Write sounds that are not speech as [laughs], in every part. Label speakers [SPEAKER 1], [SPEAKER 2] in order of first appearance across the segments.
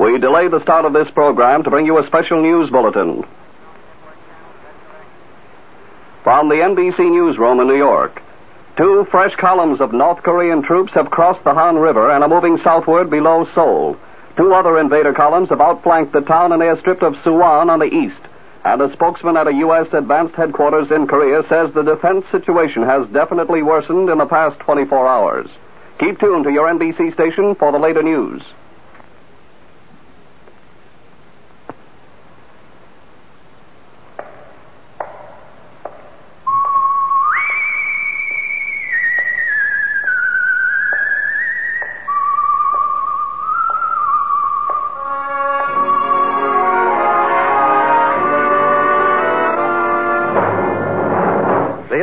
[SPEAKER 1] We delay the start of this program to bring you a special news bulletin. From the NBC newsroom in New York, two fresh columns of North Korean troops have crossed the Han River and are moving southward below Seoul. Two other invader columns have outflanked the town and airstrip of Suwon on the east. And a spokesman at a U.S. advanced headquarters in Korea says the defense situation has definitely worsened in the past 24 hours. Keep tuned to your NBC station for the later news.
[SPEAKER 2] The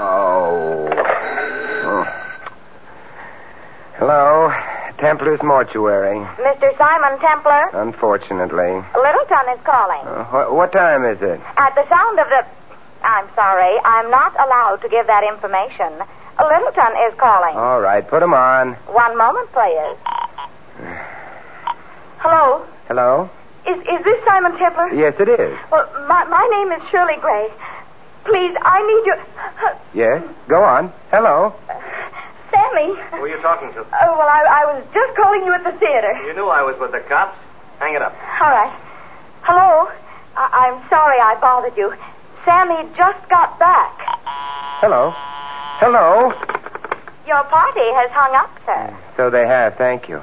[SPEAKER 3] Oh. Hello, Templar's Mortuary.
[SPEAKER 4] Mr. Simon Templar,
[SPEAKER 3] Unfortunately.
[SPEAKER 4] Littleton is calling.
[SPEAKER 3] Uh, wh- what time is it?
[SPEAKER 4] At the sound of the. I'm sorry, I'm not allowed to give that information. Littleton is calling.
[SPEAKER 3] All right, put 'em on.
[SPEAKER 4] One moment, please. Hello?
[SPEAKER 3] Hello?
[SPEAKER 4] Is, is this Simon Templar?
[SPEAKER 3] Yes, it is.
[SPEAKER 4] Well, my, my name is Shirley Gray. Please, I need your.
[SPEAKER 3] Yes, go on. Hello.
[SPEAKER 4] Sammy.
[SPEAKER 5] Who are you talking to?
[SPEAKER 4] Oh, well, I, I was just calling you at the theater.
[SPEAKER 5] You knew I was with the cops. Hang it up.
[SPEAKER 4] All right. Hello? I- I'm sorry I bothered you. Sammy just got back.
[SPEAKER 3] Hello. Hello.
[SPEAKER 4] Your party has hung up, sir.
[SPEAKER 3] So they have, thank you.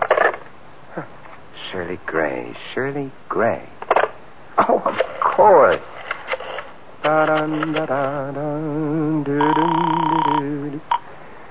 [SPEAKER 3] Huh. Shirley Gray, Shirley Gray. Oh, of course. Da-dun, da-da-dun, doo-dun, doo-doo.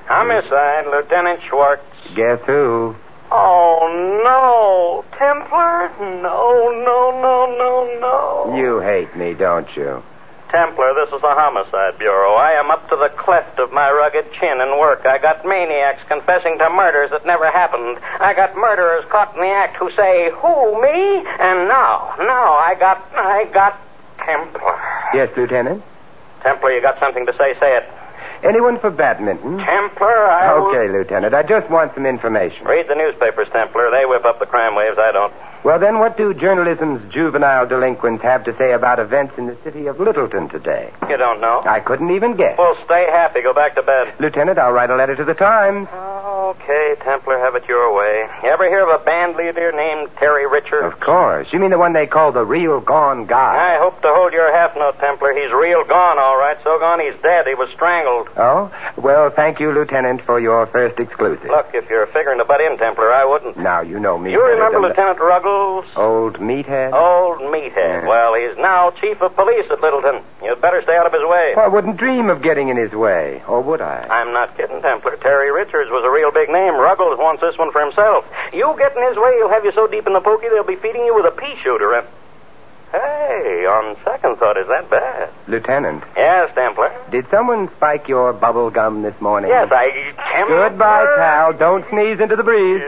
[SPEAKER 5] Homicide, Lieutenant Schwartz.
[SPEAKER 3] Guess who?
[SPEAKER 5] Oh, no. Templar? No, no, no, no, no.
[SPEAKER 3] You hate me, don't you?
[SPEAKER 5] Templar, this is the Homicide Bureau. I am up to the cleft of my rugged chin in work. I got maniacs confessing to murders that never happened. I got murderers caught in the act who say, Who, me? And now, now, I got, I got Templar.
[SPEAKER 3] Yes, Lieutenant?
[SPEAKER 5] Templar, you got something to say? Say it.
[SPEAKER 3] Anyone for badminton?
[SPEAKER 5] Templar, I. will-
[SPEAKER 3] Mm-hmm. Okay, Lieutenant. I just want some information.
[SPEAKER 5] Read the newspapers, Templar. They whip up the crime waves. I don't.
[SPEAKER 3] Well, then, what do journalism's juvenile delinquents have to say about events in the city of Littleton today?
[SPEAKER 5] You don't know.
[SPEAKER 3] I couldn't even guess.
[SPEAKER 5] Well, stay happy. Go back to bed.
[SPEAKER 3] Lieutenant, I'll write a letter to the Times.
[SPEAKER 5] Okay, Templar, have it your way. You ever hear of a band leader named Terry Richard?
[SPEAKER 3] Of course. You mean the one they call the real gone guy?
[SPEAKER 5] I hope to hold your half note, Templar. He's real gone, all right. So gone, he's dead. He was strangled.
[SPEAKER 3] Oh? Well, thank you, Lieutenant, for your first exclusive.
[SPEAKER 5] Look, if you're figuring to butt in, Templar, I wouldn't.
[SPEAKER 3] Now, you know me.
[SPEAKER 5] You
[SPEAKER 3] better
[SPEAKER 5] remember
[SPEAKER 3] than the-
[SPEAKER 5] Lieutenant Oh, Ruggles?
[SPEAKER 3] Old meathead?
[SPEAKER 5] Old meathead.
[SPEAKER 3] Yeah.
[SPEAKER 5] Well, he's now chief of police at Littleton. You'd better stay out of his way.
[SPEAKER 3] I wouldn't dream of getting in his way. Or would I?
[SPEAKER 5] I'm not kidding, Templar. Terry Richards was a real big name. Ruggles wants this one for himself. You get in his way, he'll have you so deep in the pokey they'll be feeding you with a pea shooter. And... Hey, on second thought, is that bad?
[SPEAKER 3] Lieutenant,
[SPEAKER 5] Yes, Templar.
[SPEAKER 3] did someone spike your bubble gum this morning?
[SPEAKER 5] Yes, I. Templar.
[SPEAKER 3] Goodbye, pal. Don't sneeze into the breeze.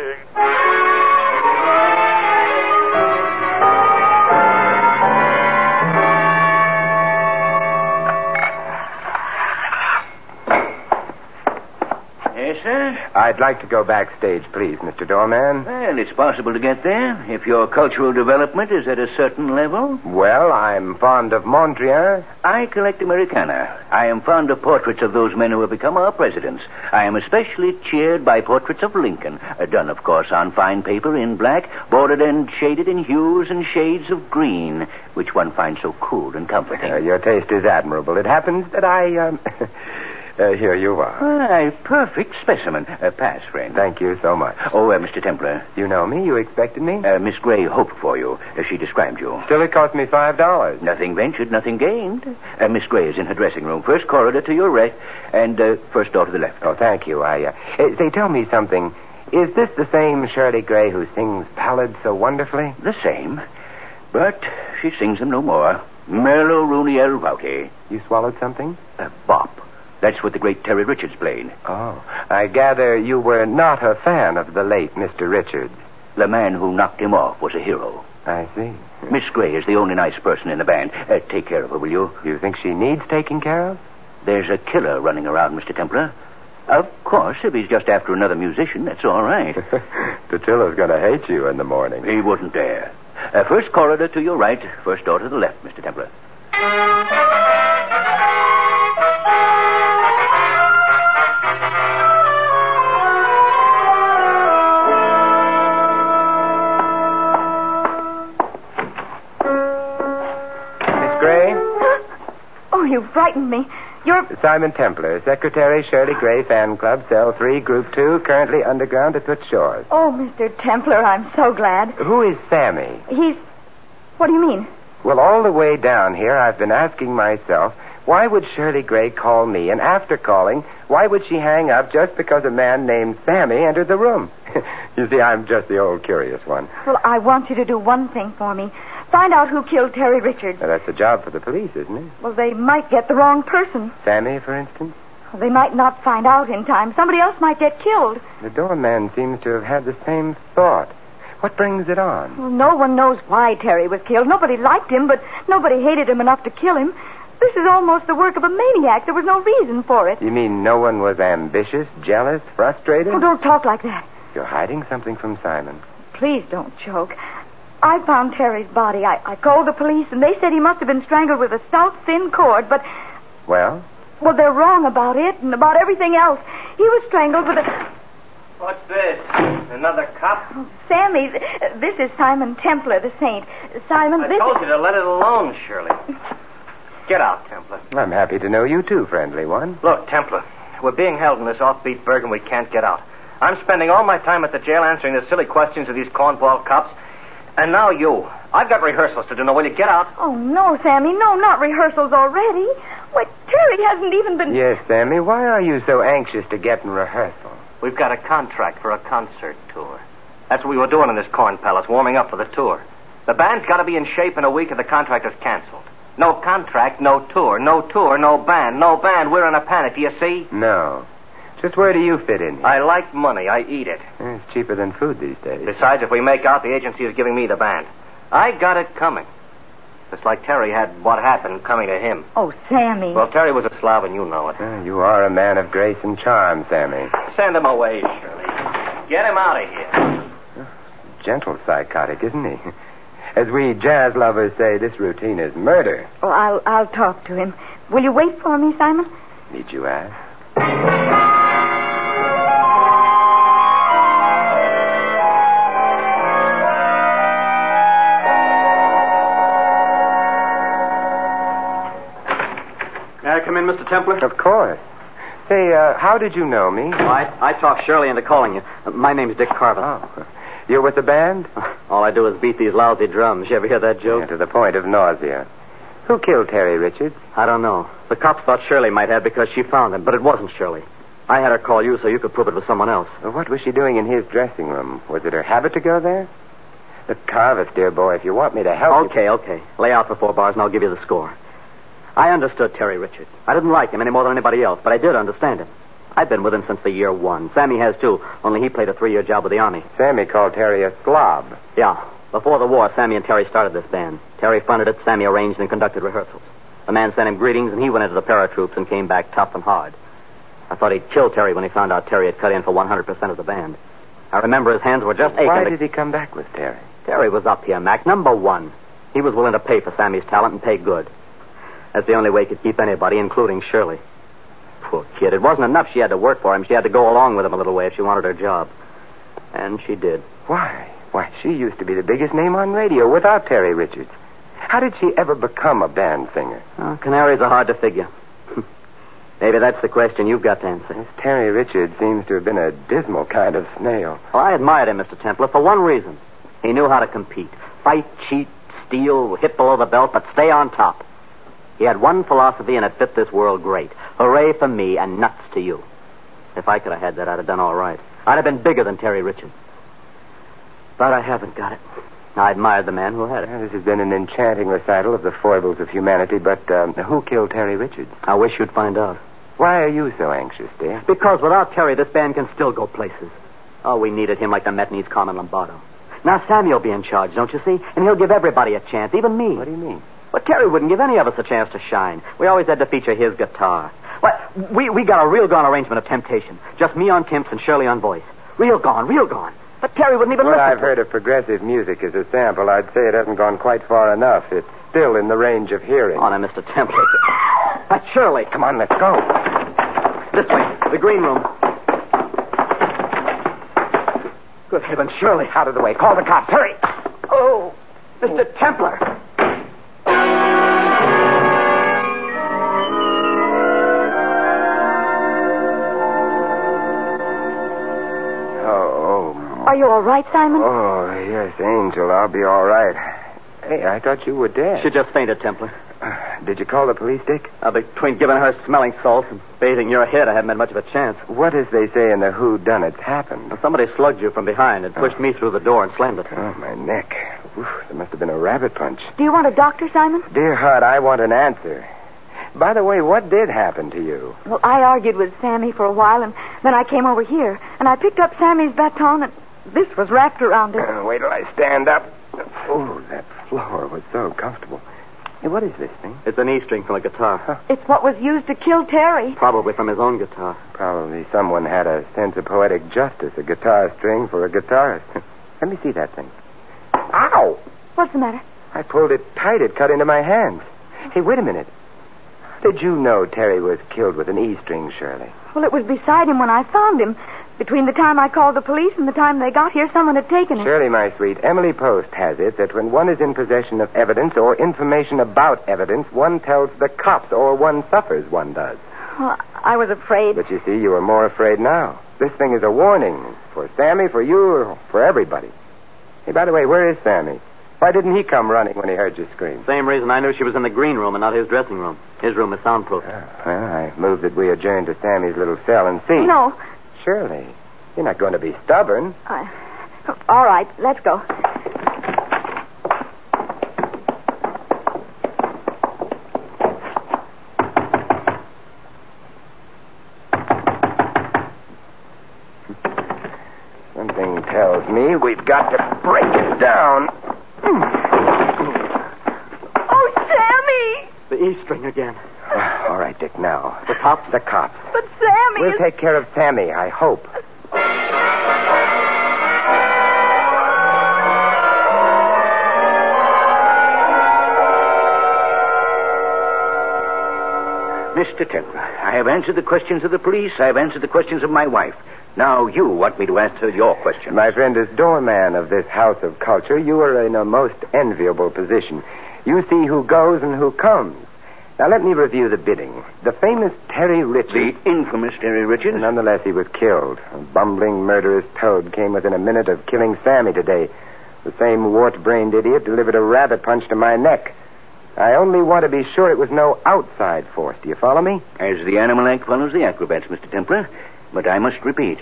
[SPEAKER 6] Yes, sir?
[SPEAKER 3] I'd like to go backstage, please, Mr. Doorman.
[SPEAKER 6] Well, it's possible to get there if your cultural development is at a certain level.
[SPEAKER 3] Well, I'm fond of Mondrian.
[SPEAKER 6] I collect Americana. I am fond of portraits of those men who have become our presidents. I am especially cheered by portraits of Lincoln, uh, done, of course, on fine paper in black, bordered and shaded in hues and shades of green, which one finds so cool and comforting.
[SPEAKER 3] Uh, your taste is admirable. It happens that I, um... [laughs] uh, here you are.
[SPEAKER 6] Why, perfect specimen. Uh, pass, friend.
[SPEAKER 3] Thank you so much.
[SPEAKER 6] Oh, uh, Mr. Templar,
[SPEAKER 3] You know me. You expected me.
[SPEAKER 6] uh, Miss Gray hoped for you. Uh, she described you.
[SPEAKER 3] Still, it cost me five dollars.
[SPEAKER 6] Nothing ventured, nothing gained. Uh, Miss Gray is in her dressing room. First corridor to your right, and uh, first door to the left.
[SPEAKER 3] Oh, thank you. I, uh... eh, say, tell me something. Is this the same Shirley Gray who sings ballads so wonderfully?
[SPEAKER 6] The same. But she sings them no more. Merlo Rooney El Rowdy.
[SPEAKER 3] You swallowed something?
[SPEAKER 6] A bop. That's what the great Terry Richards played.
[SPEAKER 3] Oh. I gather you were not a fan of the late Mr. Richards.
[SPEAKER 6] The man who knocked him off was a hero.
[SPEAKER 3] I see.
[SPEAKER 6] Miss Gray is the only nice person in the band. Uh, take care of her, will you?
[SPEAKER 3] You think she needs taking care of? [laughs]
[SPEAKER 6] There's a killer running around, Mr. Templar. Of course, if he's just after another musician, that's all right.
[SPEAKER 3] Tatilla's going to hate you in the morning.
[SPEAKER 6] he wouldn't dare. Uh, first corridor to your right, first door to the left, Mr. Templar.
[SPEAKER 3] Miss Gray?
[SPEAKER 7] Oh, you frightened me. You're.
[SPEAKER 3] Simon Templar, Secretary, Shirley Gray Fan Club, Cell 3, Group 2, currently underground at Good Shores.
[SPEAKER 7] Oh, Mr. Templar, I'm so glad.
[SPEAKER 3] Who is Sammy?
[SPEAKER 7] He's. What do you mean?
[SPEAKER 3] Well, all the way down here, I've been asking myself, why would Shirley Gray call me? And after calling, why would she hang up just because a man named Sammy entered the room? [laughs] you see, I'm just the old curious one.
[SPEAKER 7] Well, I want you to do one thing for me. Find out who killed Terry Richards.
[SPEAKER 3] Now, that's a job for the police, isn't it?
[SPEAKER 7] Well, they might get the wrong person.
[SPEAKER 3] Sammy, for instance?
[SPEAKER 7] They might not find out in time. Somebody else might get killed.
[SPEAKER 3] The doorman seems to have had the same thought. What brings it on?
[SPEAKER 7] Well, no one knows why Terry was killed. Nobody liked him, but nobody hated him enough to kill him. This is almost the work of a maniac. There was no reason for it.
[SPEAKER 3] You mean no one was ambitious, jealous, frustrated?
[SPEAKER 7] Oh, don't talk like that.
[SPEAKER 3] You're hiding something from Simon.
[SPEAKER 7] Please don't joke. I found Terry's body. I, I called the police, and they said he must have been strangled with a stout, thin cord, but,
[SPEAKER 3] Well,
[SPEAKER 7] well, they're wrong about it and about everything else. He was strangled with a.
[SPEAKER 8] What's this? Another cop?
[SPEAKER 7] Sammy, th- this is Simon Templar, the saint. Simon, this.
[SPEAKER 8] you to let it alone, Shirley. Get out, Templar.
[SPEAKER 3] I'm happy to know you too, friendly one.
[SPEAKER 8] Look, Templar, we're being held in this offbeat burg and we can't get out. I'm spending all my time at the jail answering the silly questions of these cornball cops. And now you. I've got rehearsals to do. Now, will you get out?
[SPEAKER 7] Oh, no, Sammy, no, not rehearsals already. Why, Terry hasn't even been.
[SPEAKER 3] Yes, Sammy, why are you so anxious to get in rehearsal?
[SPEAKER 8] We've got a contract for a concert tour. That's what we were doing in this corn palace, warming up for the tour. The band's got to be in shape in a week or the contract is canceled. No contract, no tour. No tour, no band. No band. We're in a panic, do you see?
[SPEAKER 3] No. Just where do you fit in here?
[SPEAKER 8] I like money. I eat it.
[SPEAKER 3] It's cheaper than food these days.
[SPEAKER 8] Besides, if we make out, the agency is giving me the band. I got it coming. It's like Terry had what happened coming to him.
[SPEAKER 7] Oh, Sammy.
[SPEAKER 8] Well, Terry was a slob, and you know it.
[SPEAKER 3] Ah, you are a man of grace and charm, Sammy.
[SPEAKER 8] Send him away, Shirley. Get him out of here.
[SPEAKER 3] Gentle psychotic, isn't he? [laughs] As we jazz lovers say, this routine is murder.
[SPEAKER 7] Oh, I'll, I'll talk to him. Will you wait for me, Simon?
[SPEAKER 3] Need you ask?
[SPEAKER 8] May I come in, Mr. Templar? Oh,
[SPEAKER 3] Of course. Say, uh, how did you know me?
[SPEAKER 8] I, I talked Shirley into calling you. Uh, My name's Dick Carver.
[SPEAKER 3] Oh. You're with the band?
[SPEAKER 8] [laughs] All I do is beat these lousy drums. You ever hear that joke?
[SPEAKER 3] Yeah, to the point of nausea. Who killed Terry Richards?
[SPEAKER 8] I don't know. Oh, The cops thought Shirley might have because she found him, but it wasn't Shirley. I had her call you so you could prove it was someone else.
[SPEAKER 3] What was she doing in his dressing room? Was it her habit to go there? Look, Carvis, dear boy, if you want me to help you-
[SPEAKER 8] Okay, okay. Lay out for four bars and I'll give you the score. I understood Terry Richards. I didn't like him any more than anybody else, but I did understand him. I've been with him since the year one. Sammy has too, only he played a three year job with the Army.
[SPEAKER 3] Sammy called Terry a slob.
[SPEAKER 8] Yeah. Before the war, Sammy and Terry started this band. Terry funded it, Sammy arranged and conducted rehearsals. The man sent him greetings, and he went into the paratroops and came back tough and hard. I thought he'd kill Terry when he found out Terry had cut in for 100% of the band. I remember his hands were just aching.
[SPEAKER 3] Why
[SPEAKER 8] to-
[SPEAKER 3] did he come back with Terry?
[SPEAKER 8] Terry was up here, Mac, number one. He was willing to pay for Sammy's talent and pay good. That's the only way he could keep anybody, including Shirley. Poor kid. It wasn't enough she had to work for him. She had to go along with him a little way if she wanted her job. And she did.
[SPEAKER 3] Why? Why, she used to be the biggest name on radio without Terry Richards. How did she ever become a band singer?
[SPEAKER 8] Oh, canaries are hard to figure. [laughs] Maybe that's the question you've got to answer.
[SPEAKER 3] Miss Terry Richards seems to have been a dismal kind of snail.
[SPEAKER 8] Well, I admired him, Mr. Templar, for one reason. He knew how to compete. Fight, cheat, steal, hit below the belt, but stay on top. He had one philosophy, and it fit this world great. Hooray for me, and nuts to you. If I could have had that, I'd have done all right. I'd have been bigger than Terry Richard. But I haven't got it. I admired the man who had it.
[SPEAKER 3] Well, this has been an enchanting recital of the foibles of humanity, but um, who killed Terry Richards?
[SPEAKER 8] I wish you'd find out.
[SPEAKER 3] Why are you so anxious, dear?
[SPEAKER 8] Because without Terry, this band can still go places. Oh, we needed him like the Met needs Carmen Lombardo. Now Sammy'll be in charge, don't you see? And he'll give everybody a chance, even me.
[SPEAKER 3] What do you mean?
[SPEAKER 8] But Terry wouldn't give any of us a chance to shine. We always had to feature his guitar. Well, we, we got a real gone arrangement of Temptation. Just me on Temps and Shirley on voice. Real gone, real gone. But Terry wouldn't even
[SPEAKER 3] What
[SPEAKER 8] listen.
[SPEAKER 3] I've
[SPEAKER 8] to
[SPEAKER 3] heard of progressive music as a sample, I'd say it hasn't gone quite far enough. It's still in the range of hearing.
[SPEAKER 8] it. Oh, now, Mr. Templer. But Shirley,
[SPEAKER 3] Come on, let's go.
[SPEAKER 8] this way, the green room. Good heavens, Shirley, out of the way. Call the cops, hurry. Oh, Mr. Templar.
[SPEAKER 3] Oh, oh,
[SPEAKER 4] Are you all right, Simon?
[SPEAKER 3] oh, yes, Angel, I'll be all right. Hey, I thought you were dead.
[SPEAKER 8] She just fainted, Templar.
[SPEAKER 3] Did you call the police, Dick?
[SPEAKER 8] Uh, between giving her smelling salts and bathing your head, I haven't had much of a chance.
[SPEAKER 3] What, as they say in the Who Done It's happened.
[SPEAKER 8] Well, somebody slugged you from behind and pushed me through the door and slammed it.
[SPEAKER 3] Oh, my neck. Oof, there must have been a rabbit punch.
[SPEAKER 4] Do you want a doctor, Simon?
[SPEAKER 3] Dear heart, I want an answer. By the way, what did happen to you?
[SPEAKER 4] Well, I argued with Sammy for a while, and then I came over here, and I picked up Sammy's baton, and this was wrapped around it.
[SPEAKER 3] Uh, wait till I stand up. Oh, that floor was so comfortable. Hey, what is this thing?
[SPEAKER 8] It's an E string from a guitar.
[SPEAKER 4] It's what was used to kill Terry.
[SPEAKER 8] Probably from his own guitar.
[SPEAKER 3] Probably someone had a sense of poetic justice, a guitar string for a guitarist. [laughs] Let me see that thing. Ow!
[SPEAKER 4] What's the matter?
[SPEAKER 3] I pulled it tight. It cut into my hands. Hey, wait a minute. Did you know Terry was killed with an E string, Shirley?
[SPEAKER 4] Well, it was beside him when I found him. Between the time I called the police and the time they got here, someone had taken it.
[SPEAKER 3] Shirley, my sweet, Emily Post has it that when one is in possession of evidence or information about evidence, one tells the cops or one suffers, one does.
[SPEAKER 4] Well, I was afraid.
[SPEAKER 3] But you see, you are more afraid now. This thing is a warning for Sammy, for you, for everybody. Hey, by the way, where is Sammy? Why didn't he come running when he heard you scream?
[SPEAKER 8] Same reason I knew she was in the green room and not his dressing room. His room is soundproof.
[SPEAKER 3] Ah, Well, I move that we adjourn to Sammy's little cell and see.
[SPEAKER 4] No.
[SPEAKER 3] Shirley, you're not going to be stubborn.
[SPEAKER 4] I... All right, let's go.
[SPEAKER 3] Something tells me we've got to break it down. Hmm.
[SPEAKER 4] Oh, Sammy!
[SPEAKER 8] The E string again.
[SPEAKER 3] All right, Dick, now. The cops? The cops.
[SPEAKER 4] But Sammy
[SPEAKER 3] We'll
[SPEAKER 4] is...
[SPEAKER 3] take care of Sammy, I hope.
[SPEAKER 6] Mr. Templar, I have answered the questions of the police. I have answered the questions of my wife. Now you want me to answer your question.
[SPEAKER 3] My friend, as doorman of this house of culture, you are in a most enviable position. You see who goes and who comes. Now, let me review the bidding. The famous Terry
[SPEAKER 6] The
[SPEAKER 3] Ritchie.
[SPEAKER 6] infamous Terry Richards.
[SPEAKER 3] Nonetheless, he was killed. A bumbling, murderous toad came within a minute of killing Sammy today. The same wart brained idiot delivered a rabbit punch to my neck. I only want to be sure it was no outside force. Do you follow me?
[SPEAKER 6] As the animal act follows the acrobats, Mr. Templar. But I must repeat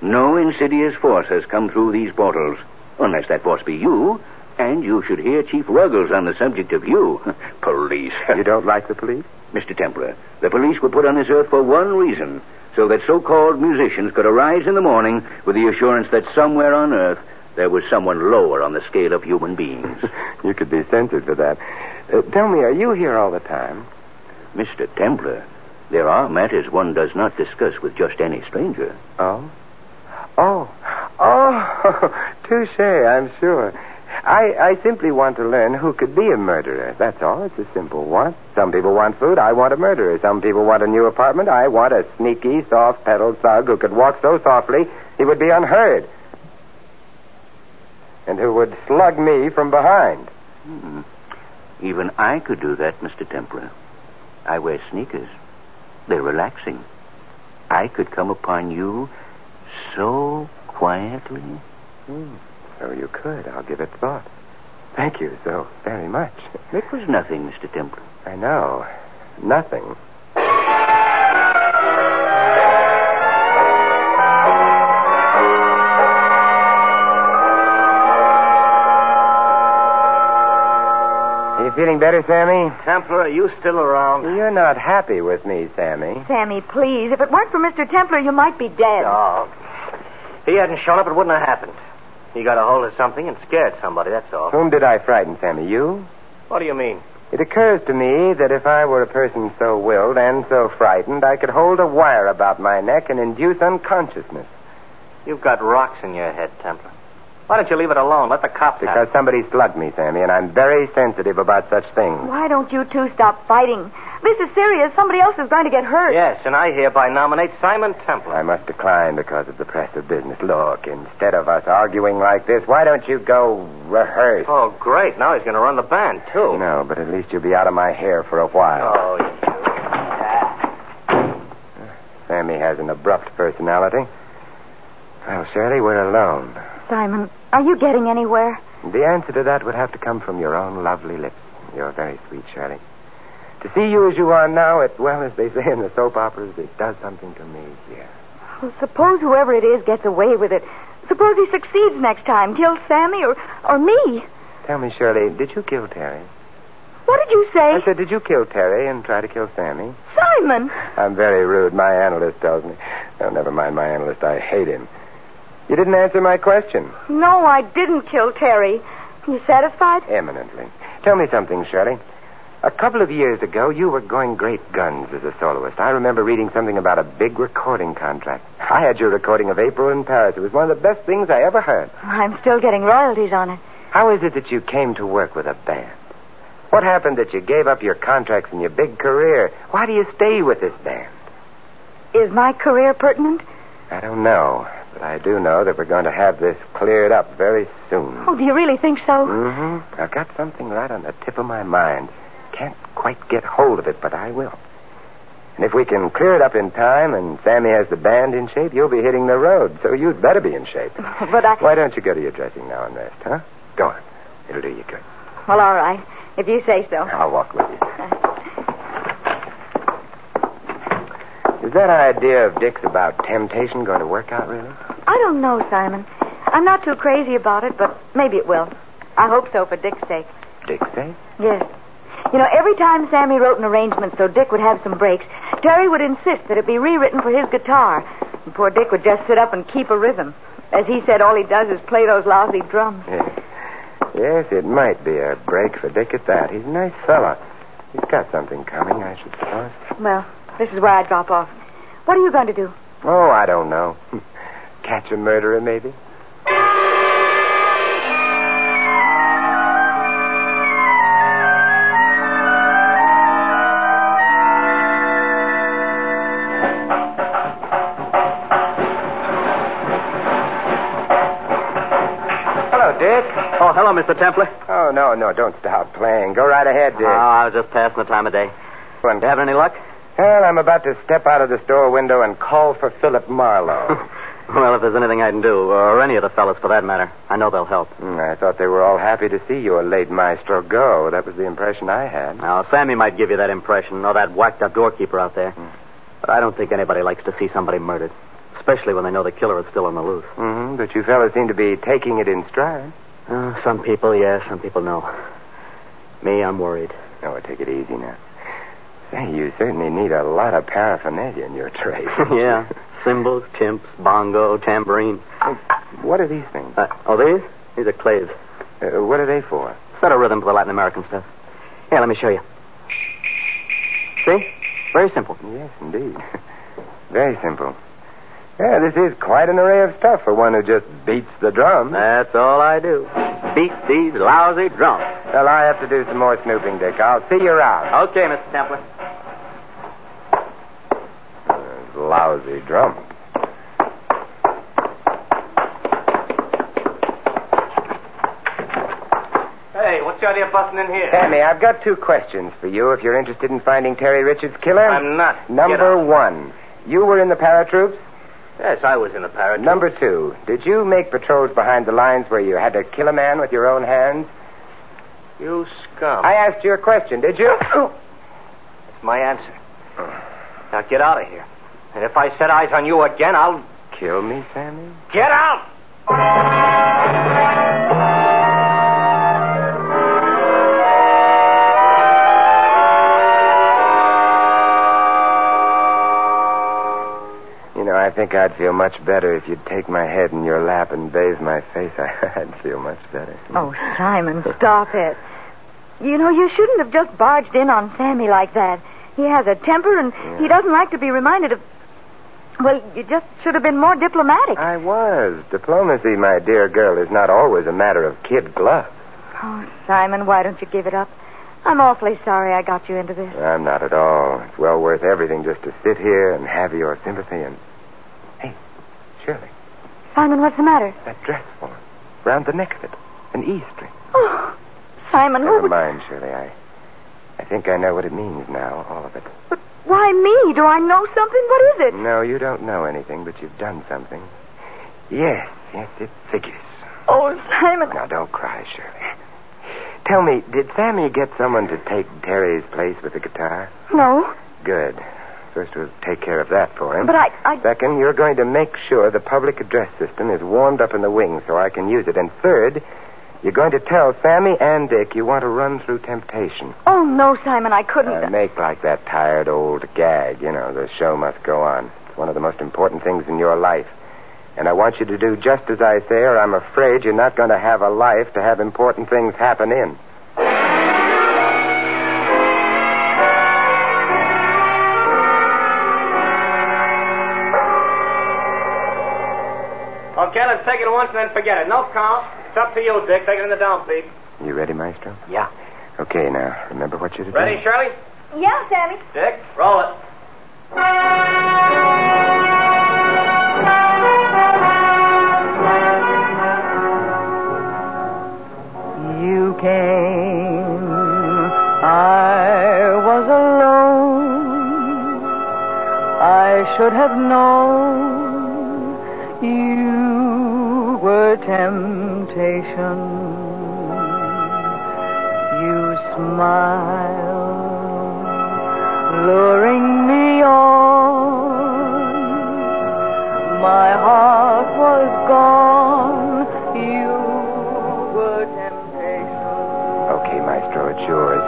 [SPEAKER 6] no insidious force has come through these portals, unless that force be you, and you should hear Chief Ruggles on the subject of you. [laughs] police.
[SPEAKER 3] You
[SPEAKER 6] [laughs]
[SPEAKER 3] don't like the police?
[SPEAKER 6] Mr. Templar, the police were put on this earth for one reason so that so called musicians could arise in the morning with the assurance that somewhere on earth there was someone lower on the scale of human beings.
[SPEAKER 3] [laughs] [laughs] You could be censored for that. Uh, tell me, are you here all the time?
[SPEAKER 6] Mr. Templar, there are matters one does not discuss with just any stranger.
[SPEAKER 3] Oh? Oh. Oh. [laughs] Touche, I'm sure. I, I simply want to learn who could be a murderer. That's all. It's a simple want. Some people want food. I want a murderer. Some people want a new apartment. I want a sneaky, soft pedaled thug who could walk so softly he would be unheard. And who would slug me from behind.
[SPEAKER 6] Hmm. Even I could do that, Mr. Templar. I wear sneakers. They're relaxing. I could come upon you so quietly.
[SPEAKER 3] Hmm. So you could. I'll give it thought. Thank you so very much. [laughs]
[SPEAKER 6] It was nothing, Mr. Templar.
[SPEAKER 3] I know. Nothing. feeling better, Sammy?
[SPEAKER 6] Templar, are you still around?
[SPEAKER 3] You're not happy with me, Sammy.
[SPEAKER 4] Sammy, please. If it weren't for Mr. Templar, you might be dead.
[SPEAKER 6] No. If he hadn't shown up, it wouldn't have happened. He got a hold of something and scared somebody, that's all.
[SPEAKER 3] Whom did I frighten, Sammy? You?
[SPEAKER 6] What do you mean?
[SPEAKER 3] It occurs to me that if I were a person so willed and so frightened, I could hold a wire about my neck and induce unconsciousness.
[SPEAKER 6] You've got rocks in your head, Templar. Why don't you leave it alone? Let the cops have
[SPEAKER 3] Because somebody slugged me, Sammy, and I'm very sensitive about such things.
[SPEAKER 4] Why don't you two stop fighting? This is serious. Somebody else is going to get hurt.
[SPEAKER 6] it. Yes, and I hereby nominate Simon Templar.
[SPEAKER 3] I must decline because of the press of business. Look, instead of us arguing like this, why don't you go rehearse?
[SPEAKER 6] Oh, great. Now he's going to run the band, too.
[SPEAKER 3] No, but at least you'll be out of my hair for a while.
[SPEAKER 6] Oh, you.
[SPEAKER 3] Sammy has an abrupt personality. Well, Shirley, we're alone.
[SPEAKER 4] Simon, are you getting anywhere?
[SPEAKER 3] The answer to that would have to come from your own lovely lips. You're very sweet, Shirley. To see you as you are now, it, well, as they say in the soap operas, it does something to me, dear.
[SPEAKER 4] Well, suppose whoever it is gets away with it. Suppose he succeeds next time, kills Sammy or, or me.
[SPEAKER 3] Tell me, Shirley, did you kill Terry?
[SPEAKER 4] What did you say?
[SPEAKER 3] I said, did you kill Terry and try to kill Sammy?
[SPEAKER 4] Simon!
[SPEAKER 3] I'm very rude. My analyst tells me. Oh, never mind my analyst. I hate him. You didn't answer my question.
[SPEAKER 4] No, I didn't kill Terry. You satisfied?
[SPEAKER 3] Eminently. Tell me something, Shirley. A couple of years ago, you were going great guns as a soloist. I remember reading something about a big recording contract. I had your recording of April in Paris. It was one of the best things I ever heard.
[SPEAKER 4] I'm still getting royalties on it.
[SPEAKER 3] How is it that you came to work with a band? What happened that you gave up your contracts and your big career? Why do you stay with this band?
[SPEAKER 4] Is my career pertinent?
[SPEAKER 3] I don't know, but I do know that we're going to have this cleared up very soon.
[SPEAKER 4] Oh, do you really think so?
[SPEAKER 3] Mm-hmm. I've got something right on the tip of my mind. Can't quite get hold of it, but I will. And if we can clear it up in time and Sammy has the band in shape, you'll be hitting the road, so you'd better be in shape.
[SPEAKER 4] [laughs] But I.
[SPEAKER 3] Why don't you go to your dressing now and rest, huh? Go on. It'll do you good.
[SPEAKER 4] Well, all right. If you say so.
[SPEAKER 3] I'll walk with you. Is that idea of Dick's about temptation going to work out, really?
[SPEAKER 4] I don't know, Simon. I'm not too crazy about it, but maybe it will. I hope so for Dick's sake.
[SPEAKER 3] Dick say?
[SPEAKER 4] Yes. You know, every time Sammy wrote an arrangement so Dick would have some breaks, Terry would insist that it be rewritten for his guitar. And poor Dick would just sit up and keep a rhythm. As he said, all he does is play those lousy drums.
[SPEAKER 3] Yes. Yes, it might be a break for Dick at that. He's a nice fella. He's got something coming, I should suppose.
[SPEAKER 4] Well, this is where I drop off. What are you going to do?
[SPEAKER 3] Oh, I don't know. [laughs] Catch a murderer, maybe? Hello, Dick.
[SPEAKER 8] Oh, hello, Mr. Templar.
[SPEAKER 3] Oh, no, no, don't stop playing. Go right ahead, Dick.
[SPEAKER 8] Oh, I was just passing the time of day.
[SPEAKER 3] One-
[SPEAKER 8] You having any luck? [laughs]
[SPEAKER 3] Well, I'm about to step out of the store window and call for Philip
[SPEAKER 8] [laughs]
[SPEAKER 3] Marlowe.
[SPEAKER 8] well, if there's anything I can do, or any of the fellas for that matter, I know they'll help.
[SPEAKER 3] Hmm, I thought they were all happy to see your late maestro go. That was the impression I had.
[SPEAKER 8] Now, Sammy might give you that impression, or that whacked up doorkeeper out there. But I don't think anybody likes to see somebody murdered, especially when they know the killer is still on the loose.
[SPEAKER 3] hmm but you fellas seem to be taking it in stride.
[SPEAKER 8] Uh, some people, yeah, some people no. Me, I'm worried.
[SPEAKER 3] No, Oh, take it easy now. Say, you certainly need a lot of paraphernalia in your trade.
[SPEAKER 8] [laughs] [laughs] yeah, cymbals, chimps, bongo, tambourine.
[SPEAKER 3] What are these things?
[SPEAKER 8] Uh, oh, these? These are claves.
[SPEAKER 3] Uh, what are they for?
[SPEAKER 8] Set a rhythm for the Latin American stuff. Here, let me show you. See? Very simple.
[SPEAKER 3] Yes, indeed. [laughs] Very simple. Yeah, this is quite an array of stuff for one who just beats the drum.
[SPEAKER 8] That's all I do. Beat these lousy drums. Oh.
[SPEAKER 3] Well, I have to do some more snooping, Dick. I'll see you around.
[SPEAKER 8] Okay, Mr. Templar.
[SPEAKER 3] Those Lousy drum.
[SPEAKER 6] Hey, what's your idea of busting in here?
[SPEAKER 3] Sammy, I've got two questions for you if you're interested in finding Terry Richards' killer.
[SPEAKER 6] I'm not. Get
[SPEAKER 3] Number
[SPEAKER 6] out.
[SPEAKER 3] one, you were in the paratroops.
[SPEAKER 6] Yes, I was in the parrot.
[SPEAKER 3] Number two, did you make patrols behind the lines where you had to kill a man with your own hands?
[SPEAKER 6] You scum.
[SPEAKER 3] I asked you a question, did you?
[SPEAKER 8] [coughs]
[SPEAKER 6] That's my answer. Now get out of here. And if I set eyes on you again, I'll
[SPEAKER 3] Kill me, Sammy?
[SPEAKER 6] get out.
[SPEAKER 3] think I'd feel much better if you'd take my head in your lap and bathe my face. [laughs] I'd feel much better.
[SPEAKER 4] Oh, Simon, stop it. You know, you shouldn't have just barged in on Sammy like that. He has a temper, and he doesn't like to be reminded of. Well, you just should have been more diplomatic.
[SPEAKER 3] I was. Diplomacy, my dear girl, is not always a matter of kid gloves.
[SPEAKER 4] Oh, Simon, why don't you give it up? I'm awfully sorry I got you into this.
[SPEAKER 3] I'm not at all. It's well worth everything just to sit here and have your sympathy and. Hey, Shirley,
[SPEAKER 4] Simon, what's the matter?
[SPEAKER 3] that dress form. Round the neck of it. An E string.
[SPEAKER 4] Oh, Simon, who
[SPEAKER 3] Never
[SPEAKER 4] would...
[SPEAKER 3] mind, Shirley. I. I think I know what it means now, all of it.
[SPEAKER 4] But why me? Do I know something? What is it?
[SPEAKER 3] No, you don't know anything, but you've done something. Yes, yes, it figures.
[SPEAKER 4] Oh, Simon.
[SPEAKER 3] Now, don't cry, Shirley. Tell me, did Sammy get someone to take Terry's place with the guitar?
[SPEAKER 4] No,
[SPEAKER 3] Good. First, we'll take care of that for him.
[SPEAKER 4] but I... I...
[SPEAKER 3] Second, you're going to make sure the public address system is warmed up in the wing so I can use it. And third, you're going to tell Sammy and Dick you want to run through temptation.
[SPEAKER 4] Oh, no, Simon, I couldn't.
[SPEAKER 3] Uh, make like that tired old gag. You know, the show must go on. It's one of the most important things in your life. And I want you to do just as I say, or I'm afraid you're not going to have a life to have important things happen in.
[SPEAKER 5] Okay, let's take it once and then forget it. No count. It's up to you, Dick. Take it in the downbeat.
[SPEAKER 3] You ready, Maestro?
[SPEAKER 8] Yeah.
[SPEAKER 3] Okay, now, remember what you're to
[SPEAKER 5] Ready,
[SPEAKER 3] do.
[SPEAKER 5] Shirley?
[SPEAKER 4] Yeah, Sammy.
[SPEAKER 5] Dick, roll it.
[SPEAKER 9] You came, I was alone. I should have known you were temptation. You smiled, luring me on. My heart was gone. You were temptation.
[SPEAKER 3] Okay, Maestro, it's yours.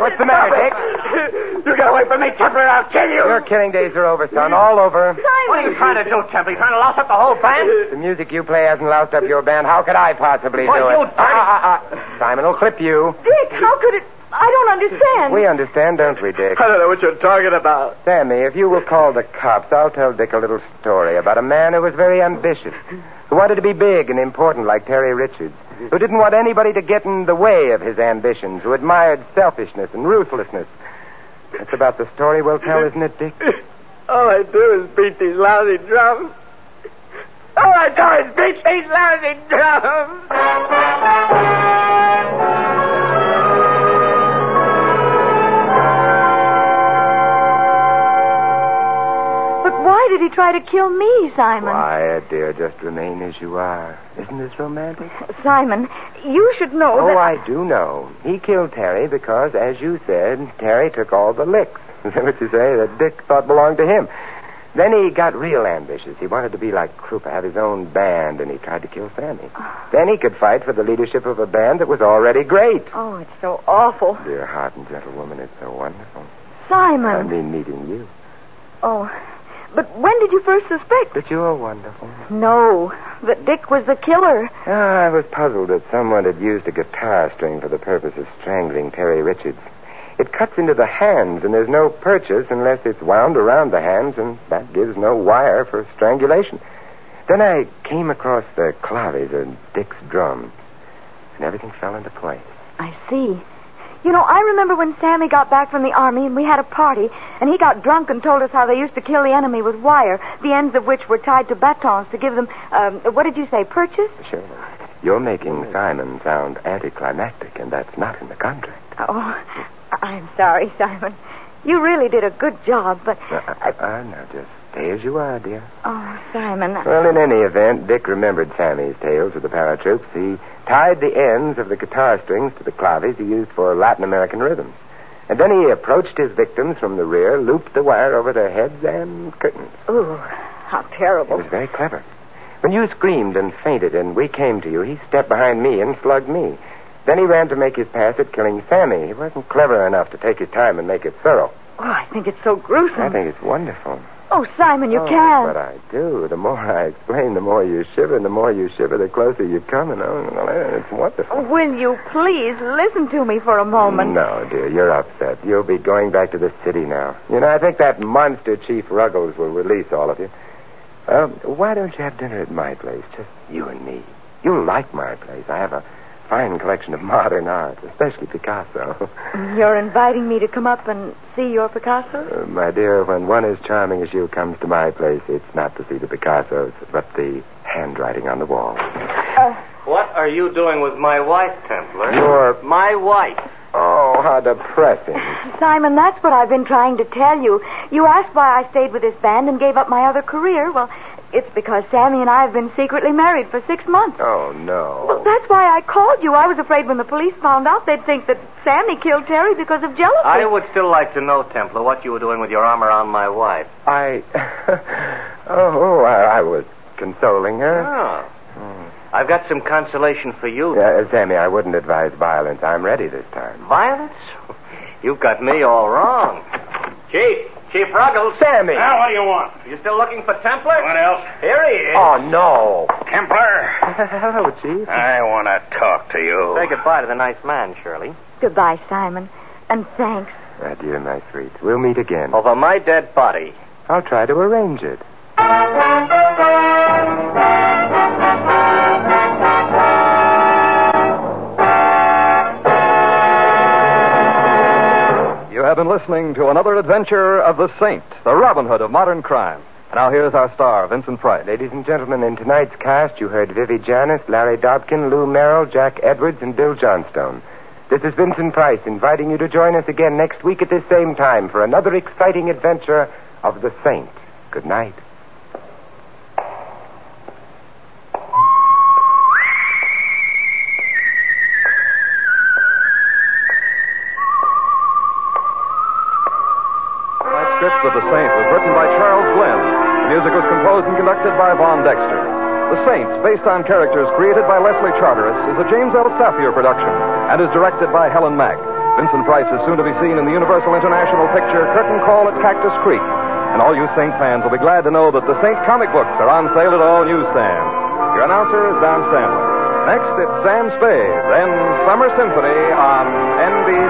[SPEAKER 3] What's the matter, Dick?
[SPEAKER 5] You get away from me, Templar, I'll kill you.
[SPEAKER 3] Your killing days are over, son. All over.
[SPEAKER 5] What are you trying to do, Templar? You trying to louse up the whole band?
[SPEAKER 3] The music you play hasn't loused up your band. How could I possibly
[SPEAKER 5] Why,
[SPEAKER 3] do it?
[SPEAKER 5] you dirty-
[SPEAKER 3] Ah, ah, ah. Simon will clip you.
[SPEAKER 4] Dick, how could it... I don't understand.
[SPEAKER 3] We understand, don't we, Dick?
[SPEAKER 5] don't know what you're talking about.
[SPEAKER 3] Sammy, if you will call the cops, I'll tell Dick a little story about a man who was very ambitious, who wanted to be big and important like Terry Richards, who didn't want anybody to get in the way of his ambitions, who admired selfishness and ruthlessness. That's about the story we'll tell, isn't it,
[SPEAKER 5] [laughs]
[SPEAKER 3] Dick?
[SPEAKER 5] All I do is beat these lousy drums. All I do is beat these lousy drums.
[SPEAKER 4] But why did he try to kill me, Simon?
[SPEAKER 3] Quiet, dear. Just remain as you are. Isn't this romantic?
[SPEAKER 4] Simon, you should know
[SPEAKER 3] Oh,
[SPEAKER 4] that...
[SPEAKER 3] I do know. He killed Terry because, as you said, Terry took all the licks. [laughs] Is that what you say? That Dick thought belonged to him. Then he got real ambitious. He wanted to be like Krupa, have his own band, and he tried to kill Sammy. Then he could fight for the leadership of a band that was already great.
[SPEAKER 4] Oh, it's so awful.
[SPEAKER 3] Dear heart and gentlewoman, it's so wonderful. I
[SPEAKER 4] Simon.
[SPEAKER 3] mean, meeting you.
[SPEAKER 4] Oh, but when did you first suspect?
[SPEAKER 3] But you're wonderful.
[SPEAKER 4] No, that Dick was the killer.
[SPEAKER 3] Ah, I was puzzled that someone had used a guitar string for the purpose of strangling Terry Richards. It cuts into the hands, and there's no purchase unless it's wound around the hands, and that gives no wire for strangulation. Then I came across the clavies or Dick's drums, and everything fell into place.
[SPEAKER 4] I see. You know, I remember when Sammy got back from the army and we had a party, and he got drunk and told us how they used to kill the enemy with wire, the ends of which were tied to batons to give them, um, what did you say, purchase?
[SPEAKER 3] Shirley, you're making Simon sound anticlimactic, and that's not in the contract.
[SPEAKER 4] Oh, [laughs] I- I'm sorry, Simon. You really did a good job, but.
[SPEAKER 3] Uh, uh, uh, now, just stay as you are, dear.
[SPEAKER 4] Oh, Simon. I-
[SPEAKER 3] Well, in any event, Dick remembered Sammy's tales of the paratroops. He tied the ends of the guitar strings to the claves he used for Latin American rhythms. And then he approached his victims from the rear, looped the wire over their heads and curtains.
[SPEAKER 4] Ooh, how
[SPEAKER 3] It
[SPEAKER 4] terrible.
[SPEAKER 3] was very clever. When you screamed and fainted and we came to you, he stepped behind me and slugged me. Then he ran to make his pass at killing Sammy. He wasn't clever enough to take his time and make it thorough.
[SPEAKER 4] Oh, I think it's so gruesome.
[SPEAKER 3] I think it's wonderful.
[SPEAKER 4] Oh, Simon, you
[SPEAKER 3] Oh,
[SPEAKER 4] can.
[SPEAKER 3] But I do. The more I explain, the more you shiver, and the more you shiver, the closer you come. And oh, well, it's wonderful.
[SPEAKER 4] Will you please listen to me for Oh, a moment?
[SPEAKER 3] No, dear, you're upset. You'll be going back to the city now. You know, I think that monster Chief Ruggles will release all of you. Um, why don't you have dinner at my place, just you and me? You'll like my place. I have a fine collection of [laughs] modern art, especially Picasso.
[SPEAKER 4] You're inviting me to come up and see your Picasso?
[SPEAKER 3] Uh, my dear, when one as charming as you comes to my place, it's not to see the Picassos, but the handwriting on the wall. Uh,
[SPEAKER 5] What are you doing with my wife, Templar?
[SPEAKER 3] You're-
[SPEAKER 5] my wife.
[SPEAKER 3] Oh, how depressing.
[SPEAKER 4] Simon, that's what I've been trying to tell you. You asked why I stayed with this band and gave up my other career. Well, it's because Sammy and I have been secretly married for six months.
[SPEAKER 3] Oh, no.
[SPEAKER 4] Well, that's why I called you. I was afraid when the police found out they'd think that Sammy killed Terry because of jealousy.
[SPEAKER 5] I would still like to know, Templar, what you were doing with your arm around my wife.
[SPEAKER 3] I. [laughs] oh, I, I was consoling her.
[SPEAKER 5] Oh. I've got some consolation for you.
[SPEAKER 3] Yeah, Uh, Sammy, I wouldn't advise violence. I'm ready this time.
[SPEAKER 5] Violence? [laughs] You've got me all wrong. Chief, Chief Ruggles.
[SPEAKER 3] Sammy!
[SPEAKER 10] Now, what do you want?
[SPEAKER 5] You still looking for Templar?
[SPEAKER 10] What else?
[SPEAKER 5] Here he is.
[SPEAKER 3] Oh, no.
[SPEAKER 10] Templar,
[SPEAKER 3] [laughs] Hello, Chief.
[SPEAKER 10] I want to talk to you.
[SPEAKER 5] Say goodbye to the nice man, Shirley.
[SPEAKER 4] Goodbye, Simon. And thanks.
[SPEAKER 3] My dear, my sweet. We'll meet again.
[SPEAKER 5] Over my dead body.
[SPEAKER 3] I'll try to arrange it.
[SPEAKER 2] You have been listening to another adventure of the Saint, the Robin Hood of modern crime. And now here's our star, Vincent Price.
[SPEAKER 3] Ladies and gentlemen, in tonight's cast, you heard Vivie Janis, Larry Dobkin, Lou Merrill, Jack Edwards, and Bill Johnstone. This is Vincent Price inviting you to join us again next week at this same time for another exciting adventure of the Saint. Good night.
[SPEAKER 2] That script of The Saint was written by Charles Glenn. The music was composed and conducted by Von Dexter. The Saint, based on characters created by Leslie Charteris, is a James L. Staffier production and is directed by Helen Mack. Vincent Price is soon to be seen in the Universal International picture Curtain Call at Cactus Creek. And all you Saint fans will be glad to know that The Saint comic books are on sale at all newsstands. Your announcer is Don Stanley. Next, it's Sam Spade, then Summer Symphony on NBC.